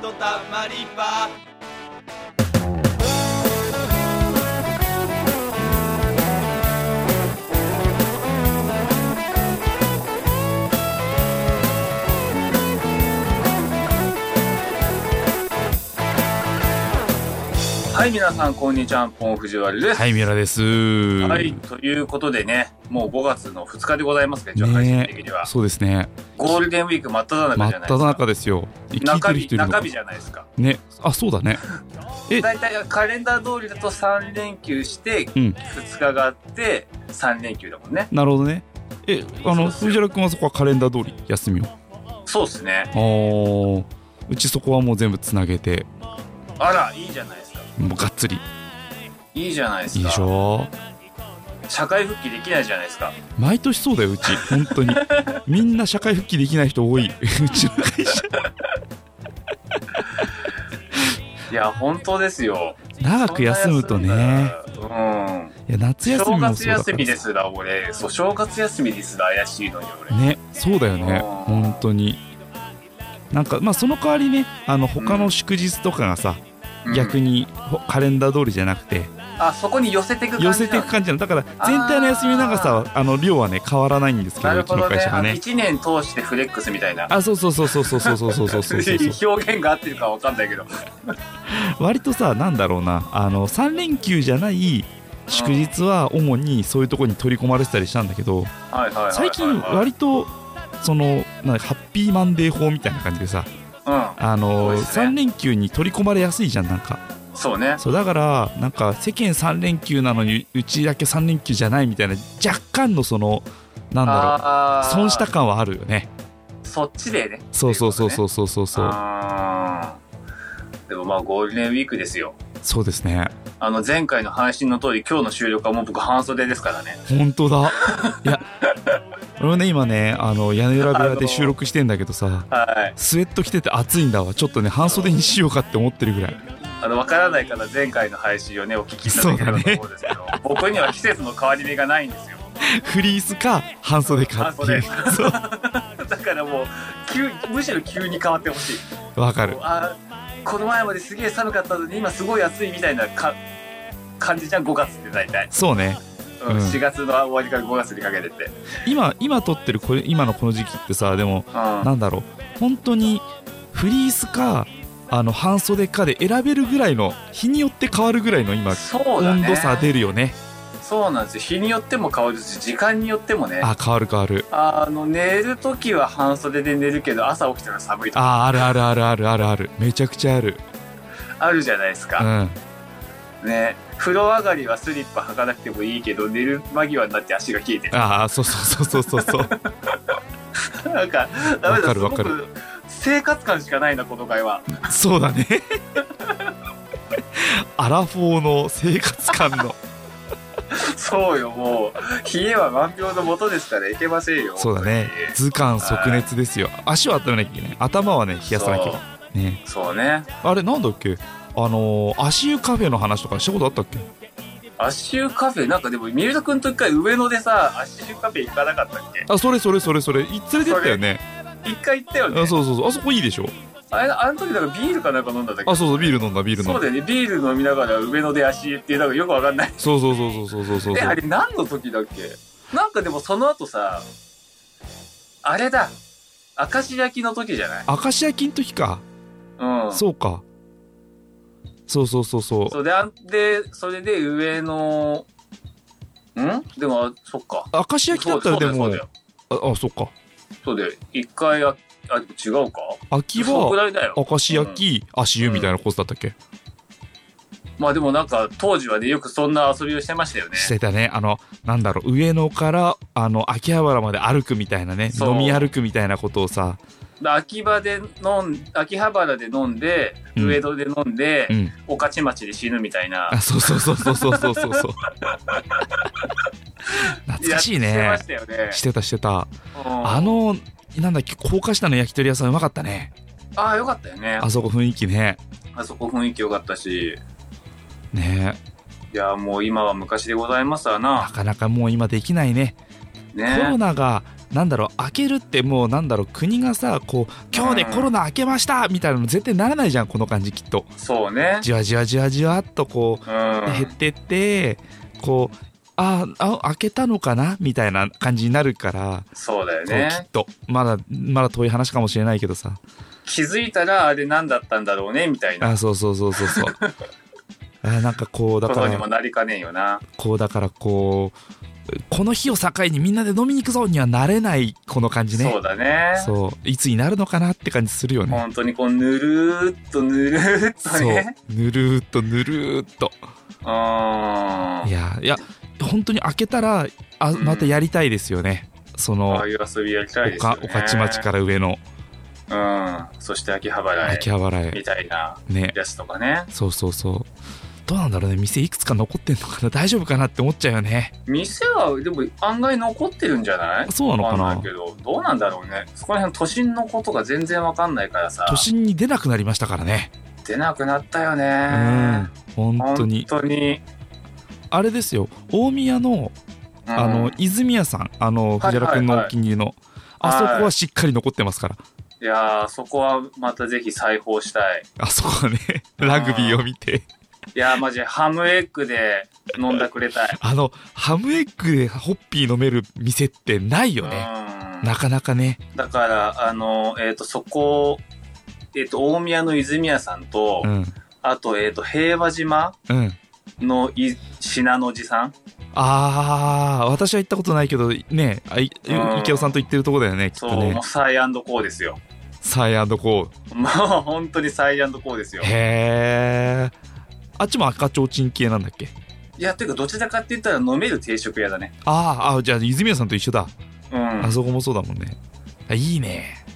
とたまり場はい、皆さん、こんにちは。ポン藤原です。はい、ミラです。ははい、ということでね、もう5月の2日でございますね、一応配信的には。そうですね。ゴールデンウィーク真っ只中真っじゃないですか。只中ですよ。聞いて中る日人いるの中か日じゃないですか。ね。あ、そうだね。え大体カレンダー通りだと3連休して、うん2日があって、3連休だもんね。なるほどね。え、あそうの、っすよ藤原くんはそこはカレンダー通り休みを。そうっすね。あーうちそこはもう全部つなげて、あら、いいじゃないですか。もうがっつり。いいじゃないですいいか。でしょ社会復帰できないじゃないですか。毎年そうだよ、うち。本 当に。みんな社会復帰できない人多い。うちの会社。いや、本当ですよ。長く休むとそんなね。休んだら。うん。いや、夏休み正月もそうだか休みらでさ。すら俺そう正月休みですら怪しいのに俺、ね、そうだよね。うん本当に。なんか、まあ、その代わりね、あの、他の祝日とかがさ、うん逆にほカレンダー通りじゃなくてあそこに寄せていく感じな寄のせていく感じなのだから全体の休み長さはあの量はね変わらないんですけどなるうちほのどね会社はね1年通してフレックスみたいなあそうそうそうそうそうそうそうそうそうそう表現が合ってるかわかんないけど割とさなんだろうなあの3連休じゃない祝日は主にそういうところに取り込まれてたりしたんだけどはいはいはいはい最近割とそのなんかハッピーマンデー法みたいな感じでさうあそうのですね3連休に取り込まれやすいじゃんなんかんそうねそうだからなんか世間3連休なのにうちだけ3連休じゃないみたいな若干のそのなんだろあうー損した感はあるよねそっちでねそうそうそうそううそうそうそう、でもまあゴールデンウィークですよそうですねあの前回の配信の通り今日の収録はもう僕半袖ですからね本当だいや俺もね今ねあの屋根裏部屋で収録してんだけどさはいスウェット着てて暑いんだわちょっとね半袖にしようかって思ってるぐらい あの、わからないから前回の配信をね、お聞きいただければと思うんですけど、僕には季節の変わり目がないんですよ。フリースか半袖かっていう半そ だからもう、急、むしろ急に変わってほしい。うわかるあ、この前まですげえ寒かったのに、今すごい暑いみたいなか感じじゃん、5月って大体。そうねうんうん4月の終わりから5月にかけてって。う今今撮ってるこれ今のこの時期ってさでもん。あなんだろう本当にフリースかあの半袖かで選べるぐらいの日によって変わるぐらいの今、そうだ温ね。度差出るよねそうなんですよ。日によっても変わるし、時間によってもね。あ変わる変わるあの、寝るときは半袖で寝るけど、朝起きたら寒いとかああるあるあるあるあるあるめちゃくちゃあるあるじゃないですかう。んね風呂上がりはスリッパ履かなくてもいいけど寝る間際になって足が冷えてるああそうそうそうそうそう そうなんかダメだわかるわかるすごく生活感しかないなこの会話 そうだねアラフォーの生活感のそうよもう冷えは万病のもとですからいけませんよそうだね図鑑即熱ですよ足は温めなきゃいけない頭はね冷やさなきゃいけないねそうそうねあれなんだっけあのー足湯カフェの話とかしたことあったっけ足湯カフェなんかでも三浦君と一回上野でさ足湯カフェ行かなかったっけあそれそれそれそれい連れてったよね一回行ったよねあそうそうそうあそこいいでしょあれあの時なんかビールかなんか飲んだんだけどあそうそうビール飲んだビール飲そんうだだよねビール飲みながら上野で足湯っていうなんかよくわかんないそうそうそうそうそうそうそ うえそあうれ何の時だっけなんかでもその後さあれだ明石焼きの時じゃない明石焼きの時か、うんそうかそうそうそうそうそうであんでそれで上のんでもあそっか明石焼きだったらでもそうだよああそうかそうだよそうだよ一回ああ違うか秋そのく葉らいだよ明石焼き、足湯みたいなコースだったっけ、まあでもなんか当時はねよくそんな遊びをしてましたよねしてたねあのなんだろう上野からあの秋葉原まで歩くみたいなねそう飲み歩くみたいなことをさで秋葉で飲ん秋葉原で飲んでうん上野で飲んで、うん御徒町で死ぬみたいなあそうそうそうそうそうそ うそうそう懐かしいやねってましたよねしてたしてたうんあのなんだっけ高架下の焼き鳥屋さんうまかったねああよかったよねあそこ雰囲気ねあそこ雰囲気良かったし、ねいや、もう今は昔でございますわなな。かなかもう今できないねコロねナがなんだろう開けるってもうなんだろう国がさこう今日でコロナ明けましたみたいなの絶対ならないじゃんこの感じきっとそうね。じわじわじわじわっとこうう減っん。てってこうああ開けたのかなみたいな感じになるからそうだよこうきっね。とまだまだ遠い話かもしれないけどさ気づいたら、あれ何だったんだろうね、みたいな。あそうそうそうそうそうあなんかこうだこかとにらもなりかねえよな。こうだからこうこの日を境にみんなで飲みに行くぞにはなれないこの感じねそうだね。そういつになるのかなって感じするよね本当にこう、ぬるーっとぬるーっとそうね。ぬるーっとぬるーっとうーんい。やいや本当に開けたらあうんまたやりたいですよね、そあのあいう遊びやりたいおですよかね。御徒町から上のら。うん。そして秋葉原へ秋葉原へみたいなねやつとかね。そうそうそうどうなんだろうね店いくつか残ってんのかな大丈夫かなって思っちゃうよね店は、でも案外残ってるんじゃないそうなのかわなんいけど、どうなんだろうね。そこら辺都心のことが全然わかんないからさ。都心に出なくなりましたからね出なくなったようねん。本当に本当に。あれですよ大宮のうんあの泉谷さんあの藤原君のお気に入りのはいあはいそはいこはしっかり残ってますからいやー、そこはまたぜひ再訪したい。あそこは ねラグビーを見ていやー、マジハムエッグで飲んだくれたい。あのハムエッグでホッピー飲める店ってないよねうんなかなかねだから、あの、えっ、と、そこ、えっ、と、大宮の泉屋さんと、うんあと、えっ、と、平和島うんのい品のじさん。ああ私は行ったことないけどねあいうん池尾さんと行ってるとこだよねきっそとう、もねうサイアンドコーですよ。サイアンドコもう本当にサイアンドコーですよー。へえあっちも赤ちょうちん系なんだっけいや、ていうか、どちらかって言ったら飲める定食屋だね。あーあじゃあ泉谷さんと一緒だうんあ。そこもそうだもんねあいいね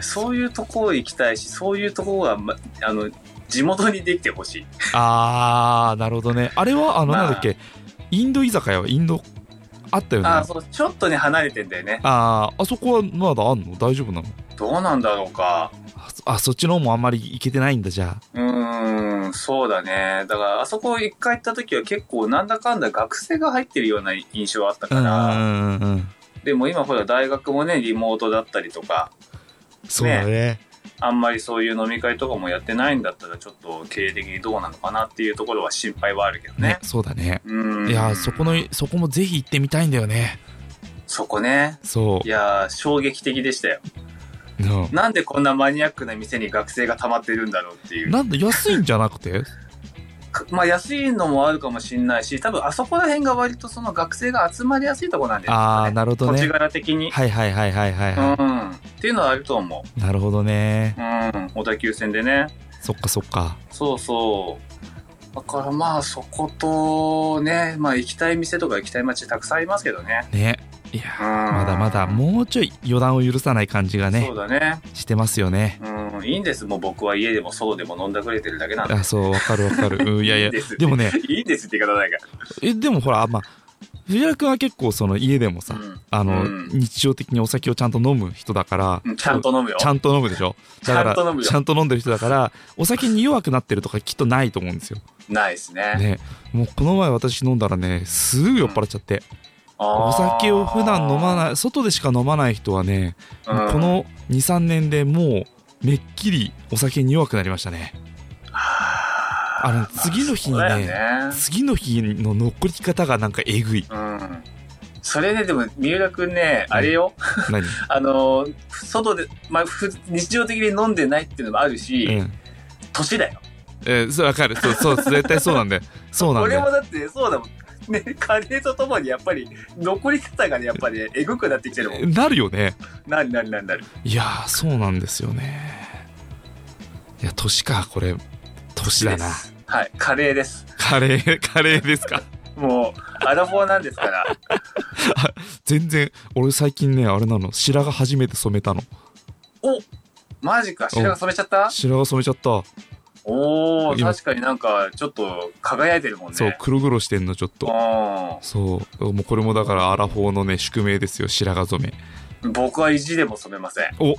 そういうとこ行きたいし、そういうとこが、ま、あの、地元にできてほしい。あーなるほどねあれはあのまあなんだっけインド居酒屋はインドあったよねあ、あそう、ちょっとね、離れてんだよね。あーあそこはまだあんの大丈夫なのどうなんだろうか。あそあそっちの方もあんまり行けてないんだじゃうーん、そうだね。だから、あそこ一回行った時は結構、なんだかんだ学生が入ってるような印象はあったあうかんら、うんうんうんでも今ほら、大学もね、リモートだったりとか、そうだねあんまりそういう飲み会とかもやってないんだったら、ちょっと経営的にどうなのかなっていうところは心配はあるけどねね。そうだねうん。いやーそこのそこもぜひ行ってみたいんだよねそこね。そいやー、衝撃的でしたよ。う、うんなんでこんなマニアックな店に学生が溜まってるんだろうっていう。なんだ安いんじゃなく てかまあ安いのもあるかもしれないし、多分あそこら辺が割とその学生が集まりやすいとこなんだよああなるほど土地ね柄的に。はいはいはいはいはい、はうん。っていうのはあると思いなるほどねう。うん。小田急線でね。そっかそっかそうそう。だからまあそことね、まあ行きたい店とか行きたい街たくさんありますけどね。ねいやうん。ーまだまだもうちょい予断を許さない感じがねそうだね。してますよねうん。いいんです。もう僕は家でも外でも飲んだくれてるだけなんで。あそうわかるわかる、うん、いやいいいやんですでもねいいんですって言い方ないから。えでもほらまあ藤原君は結構その家でもさ、うんあの、うん日常的にお酒をちゃんと飲む人だから、うんちゃんと飲むよ。ちゃんと飲むでしょだからちゃんと飲むよちゃんと飲んでる人だからお酒に弱くなってるとかきっとないと思うんですよないですね。ねもうこの前私飲んだらねすぐ酔っ払っちゃって、お酒を普段飲まい、ない外でしか飲まない人はね、うんこの23年でもうめっきりお酒に弱くなりましたねあの次の日にそうだよねね。次の日の残り方がなんか えぐいうん。それででも、三浦くんね、あれよ、何、あの、外で、まあ、ふ日常的に飲んでないっていうのもあるし、うん年だよ。えー、そうわかるそうそう絶対そ うなんだよそうなんだ俺よもだって、そうだもん。ね、加齢とともにやっぱり、残り方がね、やっぱり、えぐくなってきてるもん。なるよねなになになになる。いやーそうなんですよねいや年かこれ年だなですはい、加齢です。カレーカレーですかもう、アラフォーなんです から。全然俺最近ねあれなの白髪初めて染めたのおマジか、白が染めちゃった白髪染めちゃった、おお今確かになんか、ちょっと輝いてるもんね。そう黒々してんのちょっとうん。そうもうこれもだからアラフォーのね宿命ですよ白髪染僕は意地でも染めません。め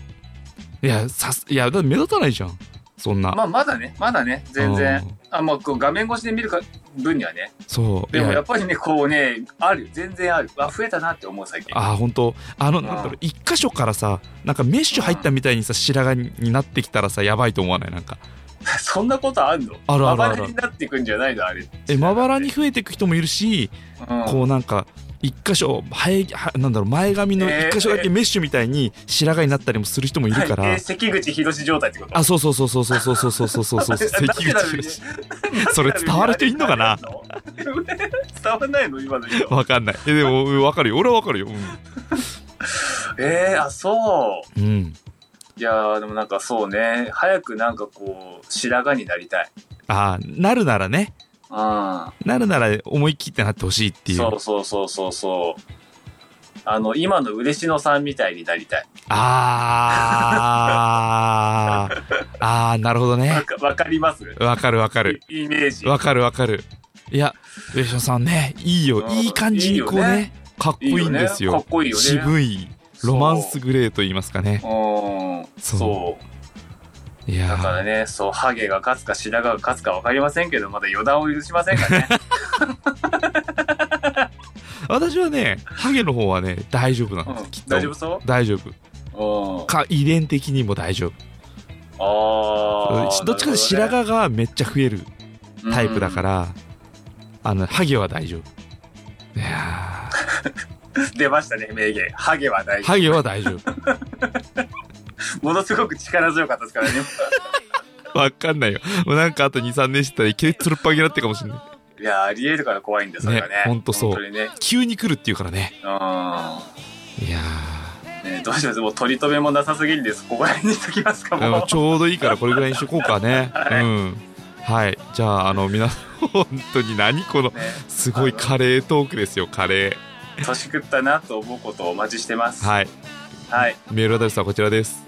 いやさすいやだって目立たないじゃんそんな、まあまだねまだね全然、うんあまあこう画面越しで見るか分にはねそうでもいやっぱりねこうねある全然あるあ増えたなって思う最近あー本当あのなんだろう一箇所からさなんかメッシュ入ったみたいにさ白髪になってきたらさやばいと思わないなんかそんなことあんのあるあるあるまばらになっていくんじゃないのあれえまばらに増えていく人もいるしうんこうなんか一箇所生えはなんだろう前髪の一箇所だけメッシュみたいに白髪になったりもする人もいるから、はいえー関口宏状態ってことあそうそうそうそうそうそうそうそうそうそうそう関口宏それ伝わる人いんのか な伝わんないの今の人わかんないえでもうんわかるよ俺はわかるよえー、あそうん、ううん、いやーでもなんかそうね早くなんかこう白髪になりたいあーなるならねうんなるなら思い切ってなってほしいっていうそうそうそうそうそうあの今の嬉野さんみたいになりたいあーあーなるほどわねかわかりますわかるわかるイイメージわかるわかるいや上島さんねいいようんいい感じにこういいよねかっこいいんですよいいよねかっこいいよね渋いロマンスグレーと言いますかねうんそうそういやだからーね、そう、ハゲが勝つか白髪が勝つか分かりませんけど、まだ予断を許しませんからね。私はねハゲの方はね大丈夫なうんです、 きっん、と大丈夫そ大丈夫ううん。か遺伝的にも大丈夫あうんあ。。どっちかというと白髪がめっちゃ増えるタイプだからら、あのハゲは大丈夫いや出ましたね、名言。ハゲは大ー事。ハゲは大丈夫ものすごく力強かったですからね。 わかんないよもうなんかあと23年してたらいきなりつるっぱげになってるかもしれないいやー、あり得るから怖いんだよ、それがねね。ほんとそう本当にね。急に来るっていうからねういやん。ねどうしますもう取り留めもなさすぎるんです。ここら辺にしときますか、ーあものうち。ょうどいいからこれぐらいにしとこうかねはいうんはいじゃああの皆さん本当に何このね、すごいカレートークですよカレ年食ったなと思うことをお待ちしてまーす。はい。はいはい。メールアドレスはこちらです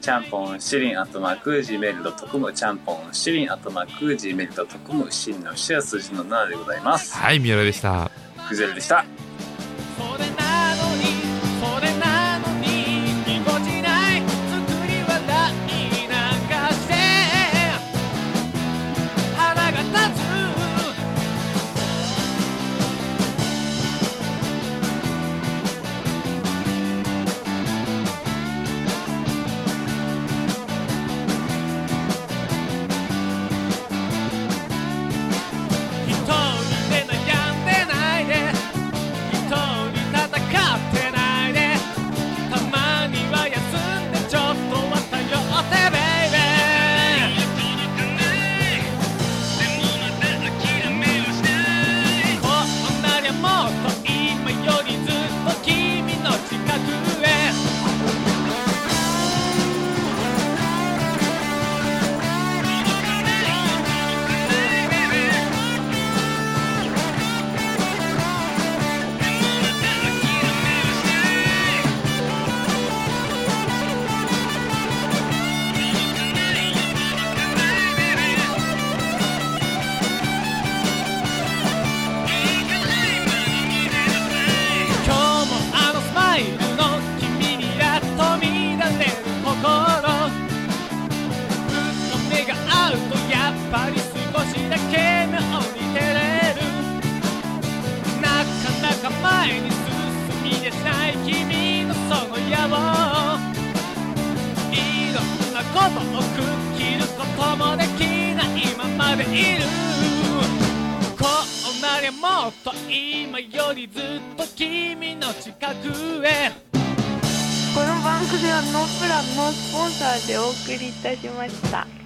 ちゃんぽんしりんあとまく gmail.com ちゃんぽんしりんあとまく gmail.com しんのしや数字の7でございます。はい三浦でしたクゼルでした。それなのにそれなのにぎこちない作り笑いなんかして腹が立つ一人で悩んでないで一人戦ってないでたまには休んでちょっとは頼ってベイベーこんなりゃもっと今よりずっと君の近くへ今日もあのスマイルの君にやっと見られる心ずっと目が合うとやっぱり少しだけ目を似てれるなかなか前に進み出ない君のその野望いろんなことをくっ切ることもできないままでいるこうなりゃもっと今よりずっと君の近くへこの番組はノープランのスポンサーでお送りいたしました。